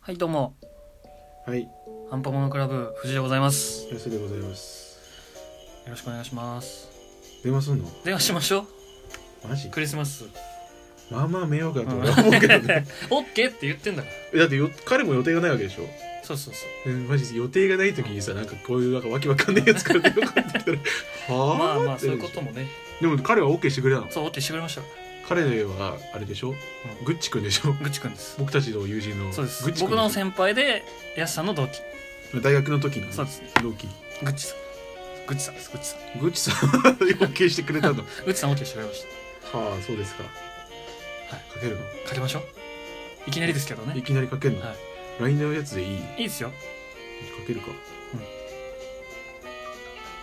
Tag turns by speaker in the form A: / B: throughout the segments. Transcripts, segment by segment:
A: はいどうも
B: はい、
A: アンパモノクラブ藤井でございますよ
B: 安でございます。
A: ろしくお願いします
B: 電話すんの
A: 電話しましょ
B: マジ
A: うクリスマス
B: まあまあ迷惑だと
A: うん
B: 俺は思うけ どね。
A: オッケーって言ってんだから
B: えだってよ彼も予定がないわけでしょ
A: そうそうそう
B: えマジ予定がない時にさ、なんかこういうなんかわけわかんないやつから電話かかってきたら、は ぁ
A: まあまあ
B: って
A: そうう
B: ないるで
A: こ
B: しょ
A: ともね
B: でも彼は OK してくれたの。
A: そうオッケーしてくれました
B: 彼は、あれでしょ、
A: うん
B: グッチくんでしょ
A: ぐっちくんです
B: 僕たちの友人の
A: そうで
B: グ
A: す
B: ッチ
A: 僕
B: 君
A: の先輩でやすさんの同期
B: 大学の時の
A: そうです
B: 同期
A: ぐっちさんぐっちさんですぐっちさん
B: グッチさん OK してくれたのは
A: ぐっちさんオッケーしてくれまし
B: あそうですか、
A: い
B: かけるの
A: たかけましょういきなりですけど
B: い
A: ね
B: きなりかけるの、
A: はい
B: LINE のやつでいいか
A: いいですよ
B: けるか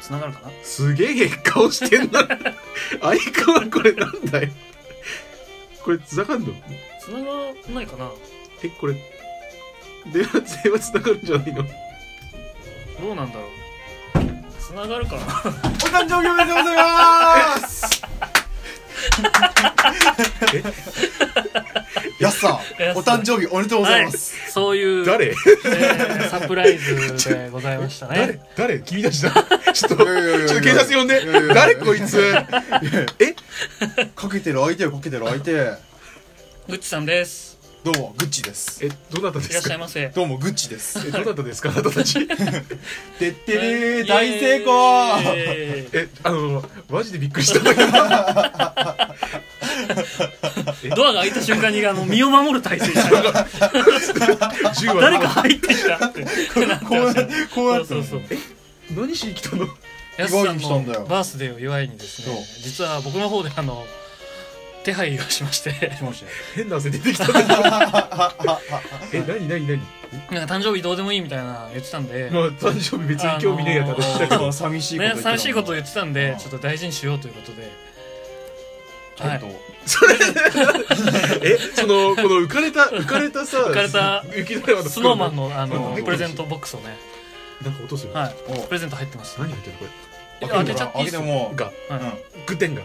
A: つながるかな
B: すげえ顔してんな。 アイコンこれなんだよ。これ繋がんの
A: つながらないかな
B: え、これ、電話、電話繋がるんじゃないのお
A: どうなんだろうつながるかな
B: 誕生日おめでとうございます
C: やっさ
A: やっ
C: ん、
A: さん
C: お誕生日おめでとうございます。
A: そういう
B: 誰
A: えーサプライズでございました
B: 誰
A: ね
B: 誰君たちだ。 ちょっと、ちょっと
C: いやいやいやいや
B: 警察呼んで
C: いやいやい。や
B: 誰こいつえ
C: かけてる相手よ、かけてる相手。
A: ぐっちさんです
C: どうも、グッチです。
B: え、どなたで
A: いらっ
B: す
A: しゃい
B: か
A: ませ
C: どうも、グッチです。
B: え、どなたですかあなたたち。
C: てってれー、大成功
A: え
B: え、あの、マジでびっくりしたんだけど。
A: ードアが開いた瞬間にあの身を守る 体勢した
B: 銃は
A: 誰か入ってきたってなって
C: こう
A: ま
C: な
A: した
C: って、こうなって。
A: そうそうそう
B: 何しに来たの
A: やすさ
C: 祝い
A: ん
C: に来た
A: の
C: んだよ
A: バースデーを祝いにですね実は僕の方であの手配をしまして
C: しましたよ
B: 変な汗出てきたんだけど。え、何何何
A: なんか誕生日どうでもいいみたいな言ってたんで、
B: まあ、誕生日別に興味ねえやった
A: あのー
C: ちょっと寂しいこと言
A: ね、
C: ってた
A: 寂しいこと言ってたんで
C: うん
A: ちょっと大事にしようということで
C: ちゃんと
A: は
B: えそのこの浮かれた浮かれたさ浮
A: 浮かれた
B: 雪だるまの
A: スノーマン
B: の
A: のあの
B: うん
A: プレゼントボックスをね、
B: なんか音する、
A: はい、
C: お
A: プレゼント入ってます
B: 何入ってるこ
A: え
C: 開
A: 開
C: け
A: けち
C: ち
A: ゃ
C: ゃ
A: っ
C: って
A: いいです
C: ていいで
A: よ
C: も
B: れが
A: はい
B: グテンがい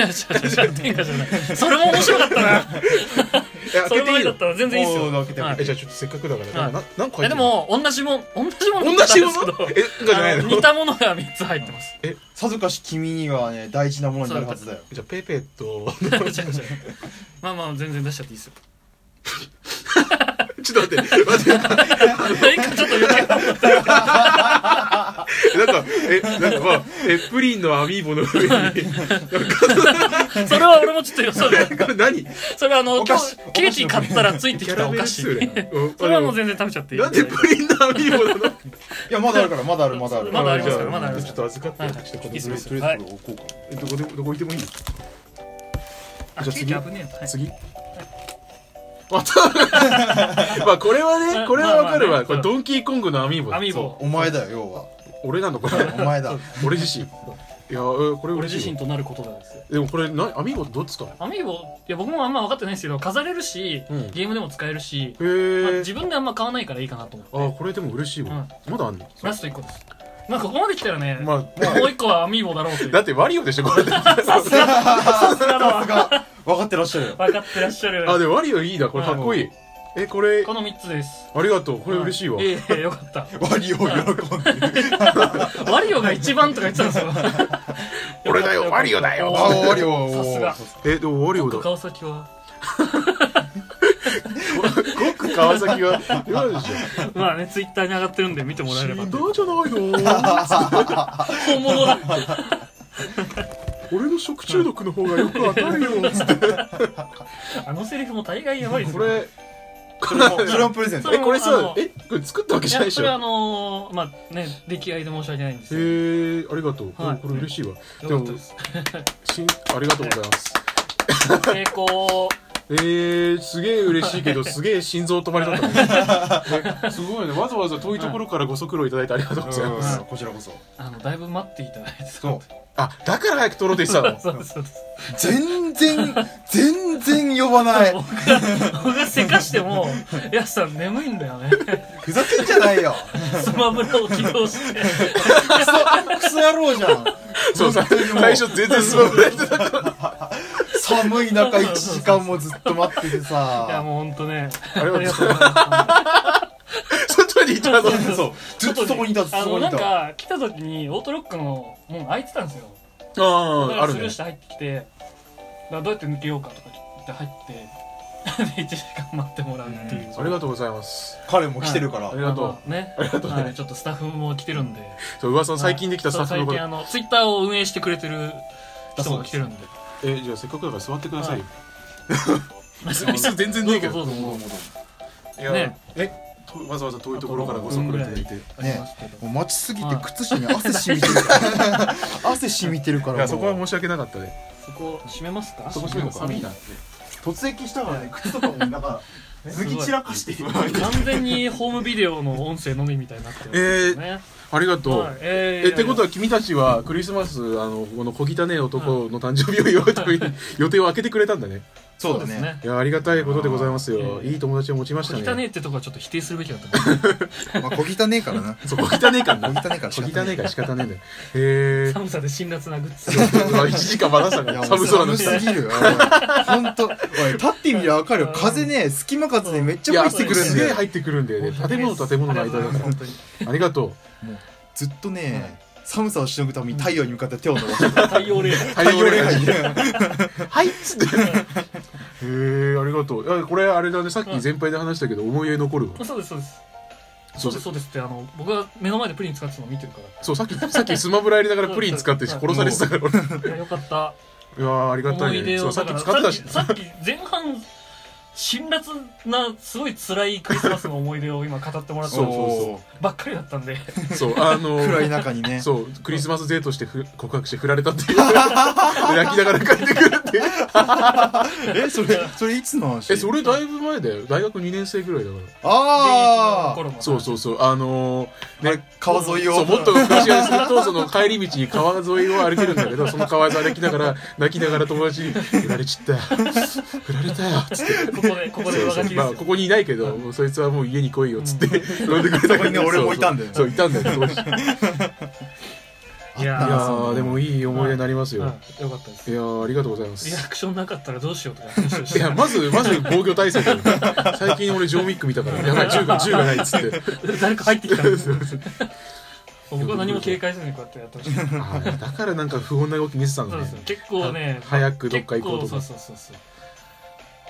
A: 違う違う違う天下じゃない それも面白か ったな
B: や
A: そ
B: 開
A: れぐ
B: けて
A: ら
B: い
A: い
B: い
A: だ
B: の
A: ったら全然いいです
C: おー開けて
A: よ、
C: も
A: はい
B: えじゃあちょっとせっかくだから、
A: はい
B: な何個入ってる
A: えでも同じもん同じもの
B: 同じもの
A: だったんですけど
B: えなんかじゃない
A: あ
B: の
A: の似たものが3つ入って ます
C: さぞかし君にはね、大事なものになるはずだよ。
B: じゃあペーペーと
A: 違う違うまあまあ全然出しちゃっていいですよ
B: ちょっと待って待ってなんか
A: 何かちょっと余計なもの
B: えなんかまあえプリンのアミーボの上に
A: それは俺もちょっと予想 外
B: これ何
A: それはあの今
C: お菓子
A: 日ケーキ買ったらついて
B: キ
A: き
B: ャ
A: た
B: ラ
A: お
B: メル
A: 菓子
B: スーレうん
A: それはもう全然食べちゃっていい
B: なんでプリンのアミーボなの
C: いや、まだあるから、まだある、まだある。
A: まだありますか
B: じゃ
A: らまだあります
B: ちょっと預かって、
A: はい
B: ちょっと
A: いいっすよいいっす
C: とりあえずこれ置こうか。
B: えどこでもどこ置いてもいい
A: あ
B: じ
A: ケ
B: ゃあ
A: ーキ
B: 次
A: 危ねえよはい
B: 次また まあこれはねこれはわか
A: まあ
B: る
A: まあ
B: わ
A: ね
B: これドンキーコングのアミーボだ
A: アミー
C: そ
A: ボ
C: うお前だよ、要は。
B: 俺なのこ
C: お
B: れ
C: 前だ。
B: 俺自身いやーこれ
A: 俺
B: 嬉
A: 自
B: しい
A: 身
B: よ
A: となることなんですよ
B: でもこれなアミーボってどう使うの
A: アミーボいや僕もあんま分かってないんですけど飾れるし、
B: うん
A: ゲームでも使えるし、まあ
B: へ
A: 自
B: え
A: 分であんま買わないからいいかなと思って
B: あーこれでも嬉しいわまだあんの
A: ラスト1個ですまあここまで来たらね、
B: まあ
A: もう1個はアミーボだろうという
B: だってワリオでしょこれ あ
A: さすがだわ
C: が、分かってらっしゃるよ。
A: 分かってらっしゃる
B: でもワリオいいなこれかっこいいえこれ
A: この3つです
B: ありがとうこれ嬉しいわ
A: はいええよかった
C: 割を喜んでる。
A: ワリオが一番とか言ってたんですよ
B: 俺だよワリオだよ
C: あ、割を。
A: さすが
B: えでもワリオだ
A: 川崎は
B: ごく川 崎は今でし
A: まあねツイッターに上がってるんで見てもらえれば
B: ょどうじゃない の
A: 本物だ
B: 俺の食中毒の方がよくわかるよつって
A: あのセリフも大概やばいです
B: こ
A: よ
B: れ
C: それもそれもプレゼント
A: そ。れ
B: え
A: も
B: これ
A: あ
B: さ
A: の
B: えこれ作ったわけ
A: い
B: じゃない
A: や
B: でし
A: そ
B: ょ
A: れ
B: へ
A: あのー、まあね出来合いで申し訳ないんですよ
B: えありがとう、
A: はい
B: これ嬉しいわ
A: よ
B: で
A: かっ
B: も
A: たです
B: しんありがとうございます
A: 成功
B: えー、すげえ嬉しい けどすげえ心臓止まりだったねえすごいねわざわざ遠いところからご足労いただいてありがとうございます
C: うんこちらこそ。
A: あのだいぶ待っていただいて
C: そう。
B: あだから早く撮ろうとしてた の
A: そうですそうです
C: 全然、全然呼ばない。
A: 僕が僕がせかしてもやすさん眠いんだ よね
C: ふざけんじゃないよ。
A: スマブラを起動して
C: クソ、クソ野郎じゃん。
B: そうさ
C: 本当にもう
B: 最初全然スマブラやってた
C: 寒い中1時間もずっと待ってて
A: いや
C: さ。
A: もうほんとね
B: ありがとうございます
A: あ
B: そうそう
C: そうずっとそこにいたずっと
A: あ
C: そ
A: の
C: こに
A: ないん
C: た
A: か来た時にオートロックの門開いてたんですよだか
B: あああ
A: らス
B: る
A: ル
B: ね
A: ーして入ってきてだからどうやって抜けようかとか言って入ってで1時間 待ってもらうっていう、
C: うん
B: ありがとうございます
C: 彼も来てるから、
B: ありがとう
A: あのね
B: ありがとう
A: はい、ちょっとスタッフも来てるんで、
B: そう噂の最近できたスタッフ
A: そう最
B: のこと
A: 近あのツイッターを運営してくれてる人も来てるん で
B: えじゃあせっかくだから座ってくださいよ
A: 椅
B: 椅子全然ねえけど
A: そうそうそう
B: いや
A: ね
B: えとわざわざ遠いところからご足労いただいて
A: ありますけど、
C: もう待ちすぎ
A: は
C: て
A: い
C: 靴下に汗染みてるから汗染みてるか
B: い
C: ら
B: やそこは申し訳なかったね
A: そこ閉めますか
B: そこ閉めようか
A: 寒い
B: な
C: 突撃したからね靴とかもなんか
A: 脱ぎ散
C: らかして
A: 完全にホームビデオの音声のみみたいになってますよね、
B: ありが
A: え
B: とう
A: え
B: えってこと
A: は
B: は君たちはクリスマスあのこの小汚ね男の誕生日を祝うために予定を空けてくれたんだね
C: そうだ
A: です
C: ね
A: ね
B: いやありがたいことでございます
A: あ
B: よ
A: ー
B: いい友達を持ちまし
A: 小
B: たね
A: 汚ねえってとこはちょっと否定するべきだと思う
C: まあ小汚ねえからな
B: そう小汚ねえか
C: 小
B: ら
C: 汚
B: な
C: ねえから
B: 小
C: 仕
B: 汚
C: 方な
B: ねえ
C: い
B: から仕方ねえんだよへえ
A: 寒さで辛辣なグッズ
B: 1時間待たした
C: い
B: ね
C: や
B: 寒空の下
C: 寒すぎるよ本当おい立ってみりゃ分かるよ風ね隙間風でめっ
B: い
C: ちゃ
B: や
C: 入ってくるん
B: すげ
C: だ
B: え
C: よ
B: 入ってくるんだよね建物と建物の間だか
A: 本当に
B: らありがと
C: ずっとね寒さをしのぐために太陽に向かって手を伸ばしてる
A: 太陽冷
B: う
A: 風
B: 太陽礼拝
C: 拝
B: はいっつってへえありがとういやこれあれだねさっき全輩で話したけど思い出残るわ
A: そうですそうですそう
B: そ
A: うですそうですってあの僕が目の前でプリン使ってたの見てるか
B: そうさっきさっきスマブラやりながらプリン使って殺されてたから俺
A: らいやよかった
B: いやーありがた
A: 思
B: い
A: い
B: ね
A: 出
B: そ
A: を
B: うさ
A: だ
B: っ
A: か
B: き
A: ら
B: 使ってたし
A: さっきさっき前半辛辣なすごい辛いクリスマスの思い出を今語ってもらった
B: そうそう
A: ばっかりだったんで
B: そうあのー
C: 暗い中にね
B: そうクリスマスデートしてふ告白して振られたっていう泣きながら帰ってくるっていう
C: えそれそれいつの話
B: えそれだいぶ前だよ大学2年生ぐらいだか
C: ああ
B: らそうそううそうあのーね
C: 川沿いを
B: そうもっと昔はするとその帰り道に川沿いを歩けるんだけどその川沿い歩きながら泣きながら友達に「振られちった振られたよ」っつって
A: ここでここで上書きです
B: まあ
A: よ
B: ここにいないけど、もうそいつはもう家に来いよっつって、呼んでくれた
C: そこにね俺もいたんだよ
B: そうそういたんだよ当時
A: いや
B: い
A: ー
B: やーでもいい思い出になりますよ、
A: うんよかったです
B: いやーありがとうございます
A: リアクションなかったらどうしようとか話をし
B: い
A: て
B: やまずまず防御対策最近俺ジョーミック見たからやばい銃が銃がないっつって
A: 誰か入ってきたん ですよ僕は何も警戒せずにこうやってやってました
B: あーだからなんか不穏な動き見せたん
A: そ
B: だ
A: うです
B: ね
A: よ結構ね
B: は早くどっか行こう
A: 結
B: とか
A: 構そうそうそうそう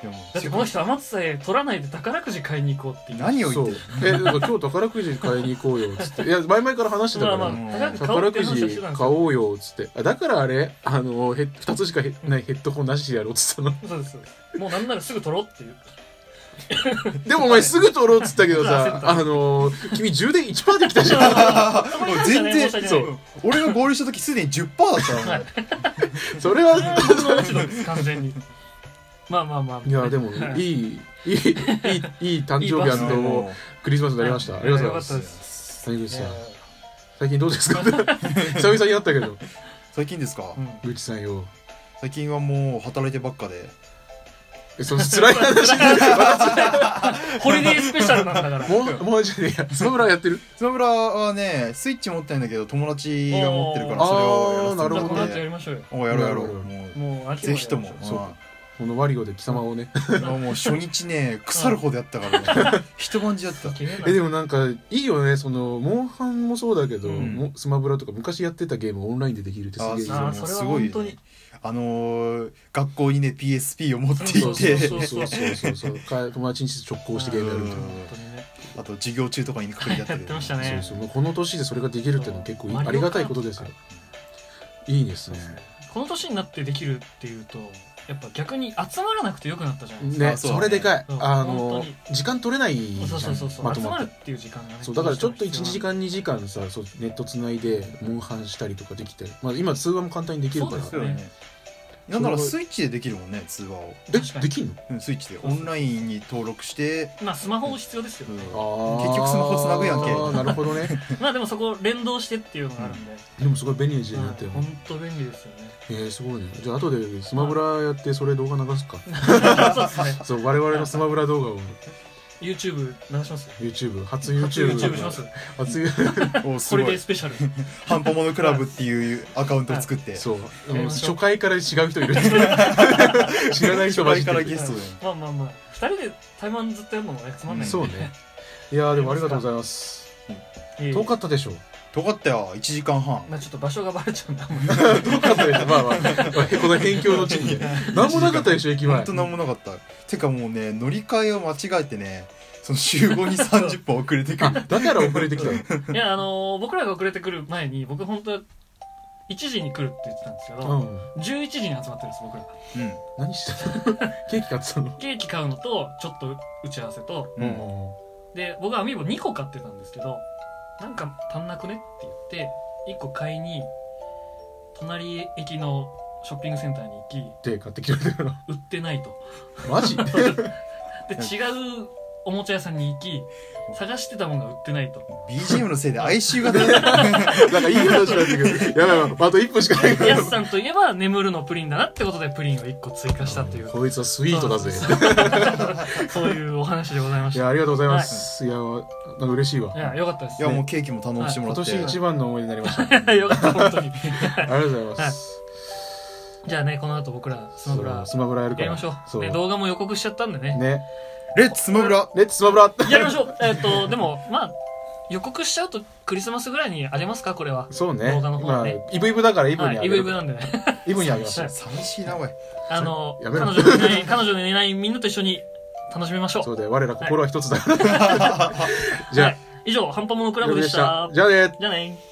C: でも
A: だってこの人余ってさえ取らないで宝くじ買いに行こうっていう
C: 何を言
B: そ
C: っ
B: う
C: てる
B: えなんか今日宝くじ買いに行こうよっつっていや前々から話してた
A: ま
B: か
A: あま
B: ら、
A: あ
C: うん
A: 宝くじ買おうって
B: 宝く
A: 話を
B: じ
A: してたんです
B: 買
A: よ
B: おうよっつってあだからあれあのへ2つしかへないヘッドホンなしでやろうっつったの
A: そうですそうですもうなんならすぐ取ろうっていう
B: でもお前すぐ取ろうっつったけどさ
A: 焦った
B: あの君充電1%できた じゃん
A: そこに関しては
C: 全
A: ね申
C: 然
A: し訳ない
C: そう俺が合流した時すでに10%だったの
A: はい
B: そ
A: そ
B: れ
A: れ
B: は
A: は僕の落ち度です完全にまあまあまあ
B: いやでも
A: はい
B: いいいいいいい誕生
A: いいバスで
B: 日クリスマスになりましたありがとうご
A: よかっ
B: ざ
A: た
B: いま
A: ですす
B: 谷口
A: い
B: さ
A: や
B: ん最近どうですか 久々に会った けど
C: 最近ですか
A: うん
B: グチさんよ
C: 最近はもう働いてばっかで
B: えその辛 い話
A: ホリデースペシャルなんだから
B: もうもうじゃねえやスマブラやってる
C: スマブラはねスイッチ持ってないんだけど友達が持ってるから
B: おーな
C: それをやらせても
B: る
C: ら
B: ほど
A: じゃあこの
C: っ
A: 後や
C: て
A: りましょうよ
C: おやろうやろう
B: なるほど
C: も
A: もう飽
C: う
A: き
C: ぜひとも
B: そう
C: ま
B: このワリオで貴様をね
C: あもうもう初日ね腐るほどやっ たからね一晩中やった
B: えでもなんかいいよねそのモンハンもそうだけど、
C: うん
B: もスマブラとか昔やってたゲームをオンラインでできるってすげえいいよ
A: あ
B: ね
A: ーそれは本当に
C: あのー学校にね PSP を持って
A: そ
C: いう
A: そう
C: て
A: そう
B: そうそうそうそうか友達に直行してゲームやるみたいな
C: うん
A: 本当にね
C: あと授業中とかに隠れてやって
A: やっ
C: る
A: てました
B: そう
A: ね
B: そうもうこの年でそれができるっていうのは結構いい
A: マリオカート
B: ありがたいことですよいいですね
A: この年になってできるっていうとやっぱ逆に集まらなくてよくなったじゃないですか
B: ね
C: あそう
B: それでかい、
A: うん
B: あ
A: 本
B: の
A: 当に
B: 時間取れないじゃん
A: そうそうそうそう、
B: まと
A: 集ま
B: まっ
A: る
B: て
A: っていう時間がね
B: そうだからちょっと1時間2時間さそうネットつないでモンハンしたりとかできて、まあ、今通話も簡単にできるから
A: そうですよね
C: なんならスイッチでできるもんね通話を
B: え
A: 確かに
B: できんの
C: うんスイッチでオンラインに登録して
A: まあスマホ必要ですよ
C: うん
A: ね、
B: あー
C: 結局スマホつなぐやんけ
B: あーなるほどね
A: まあでもそこ連動してっていうのがあるんで、
B: でもすごい便利な時代になったよ、
A: 本当便利ですよ ね
B: えー、すごいねじゃあ後でスマブラやってそれ動画流すか
A: そうですね
B: そう我々のスマブラ動画を
A: YouTube 流します
B: YouTube 初
A: 初
B: YouTube
A: YouTube します
B: 初 YouTube
C: おす
A: これ
C: ご
A: で
C: い
A: スペシャル
C: ハンパモノクラブっていうアカウントを作っ て
B: そう、あ
A: やり
B: の
A: ましょう
B: 初回から違う人いる知らない人ばっ
C: 初回
B: か
C: から
B: り
C: ゲストで
A: まあまあまあ2人で対マンずっとやるのもねつまんないんで
B: そうねいやーでもありがとうございます
A: ええ
B: 遠かったでしょ
C: とかったよ1時間半
A: まあちょっと場所がバレちゃうんだもん
B: 遠かったでしょまあまあ この辺境の地に何もなかったでしょ駅
C: 本
B: 前
C: 当なんもなかったてかもうね乗り換えを間違えてねその集合に30分遅れてく
B: あ
C: る
B: だから遅れてきたの
A: いやあのー僕らが遅れてくる前に僕本当は1時に来るって言ってたんですけど、
B: うん
A: 11時に集まってるんです僕ら
C: うん
B: 何してたの ケーキ買ってたの
A: ケーキ買うのとちょっと打ち合わせと
C: うん
A: で僕はアミーボ2個買ってたんですけどなんか足んなくねって言って1個買いに隣駅のショッピングセンターに行き
B: で買ってきてくれたから
A: 売ってないと
B: マジ
A: で違うおもちゃ屋さんに行き探してたものが売ってないと
C: BGM のせいで哀愁が出 た
B: なんかいい話になってくるやばいやばいあと一分しかないか
A: ヤ
B: ら
A: スさんといえば眠るのプリンだなってことでプリンを1個追加したという
B: こいつはスイートだぜ
A: そういうお話でございまし
B: い
A: た
B: やありがとうございますいやなんか嬉しいわ
A: いやよかったです
C: いやもう
A: ね
C: ケーキも頼んしてもら
B: 今
C: って
B: 年一番の思い出になりましたあ
A: い
B: り
A: やよかった本当に
B: がとうございます
A: じゃあねこの後僕らスマブラ
B: そうスマブラやるか
A: やり
B: ら
A: ましょ
B: そう
A: ね動画も予告しちゃったんでね
B: うね
C: レッツスマブラ
B: レッツスマブラ
A: やりましょう。え っ、と、でも、まあ、予告しちゃうとクリスマスぐらいにあげますか、これは。
B: そうね
A: 動画の方は
B: 今
A: ね
B: イブイブだからイブ
A: は
B: にあ
A: い、
B: げ
A: イブイブ
B: る
A: なんでね。
B: イブにあげましょう
C: 寂しいなおい
A: あの、
B: や
A: 彼
B: めろ
A: 女のいない、彼女のいないみんなと一緒に楽しみましょ。
B: そううだよ我ら心は一つだから じゃ
A: はい以上、ハンパモノクラブでし
B: あ
A: た。
B: じゃあね
A: じゃあね。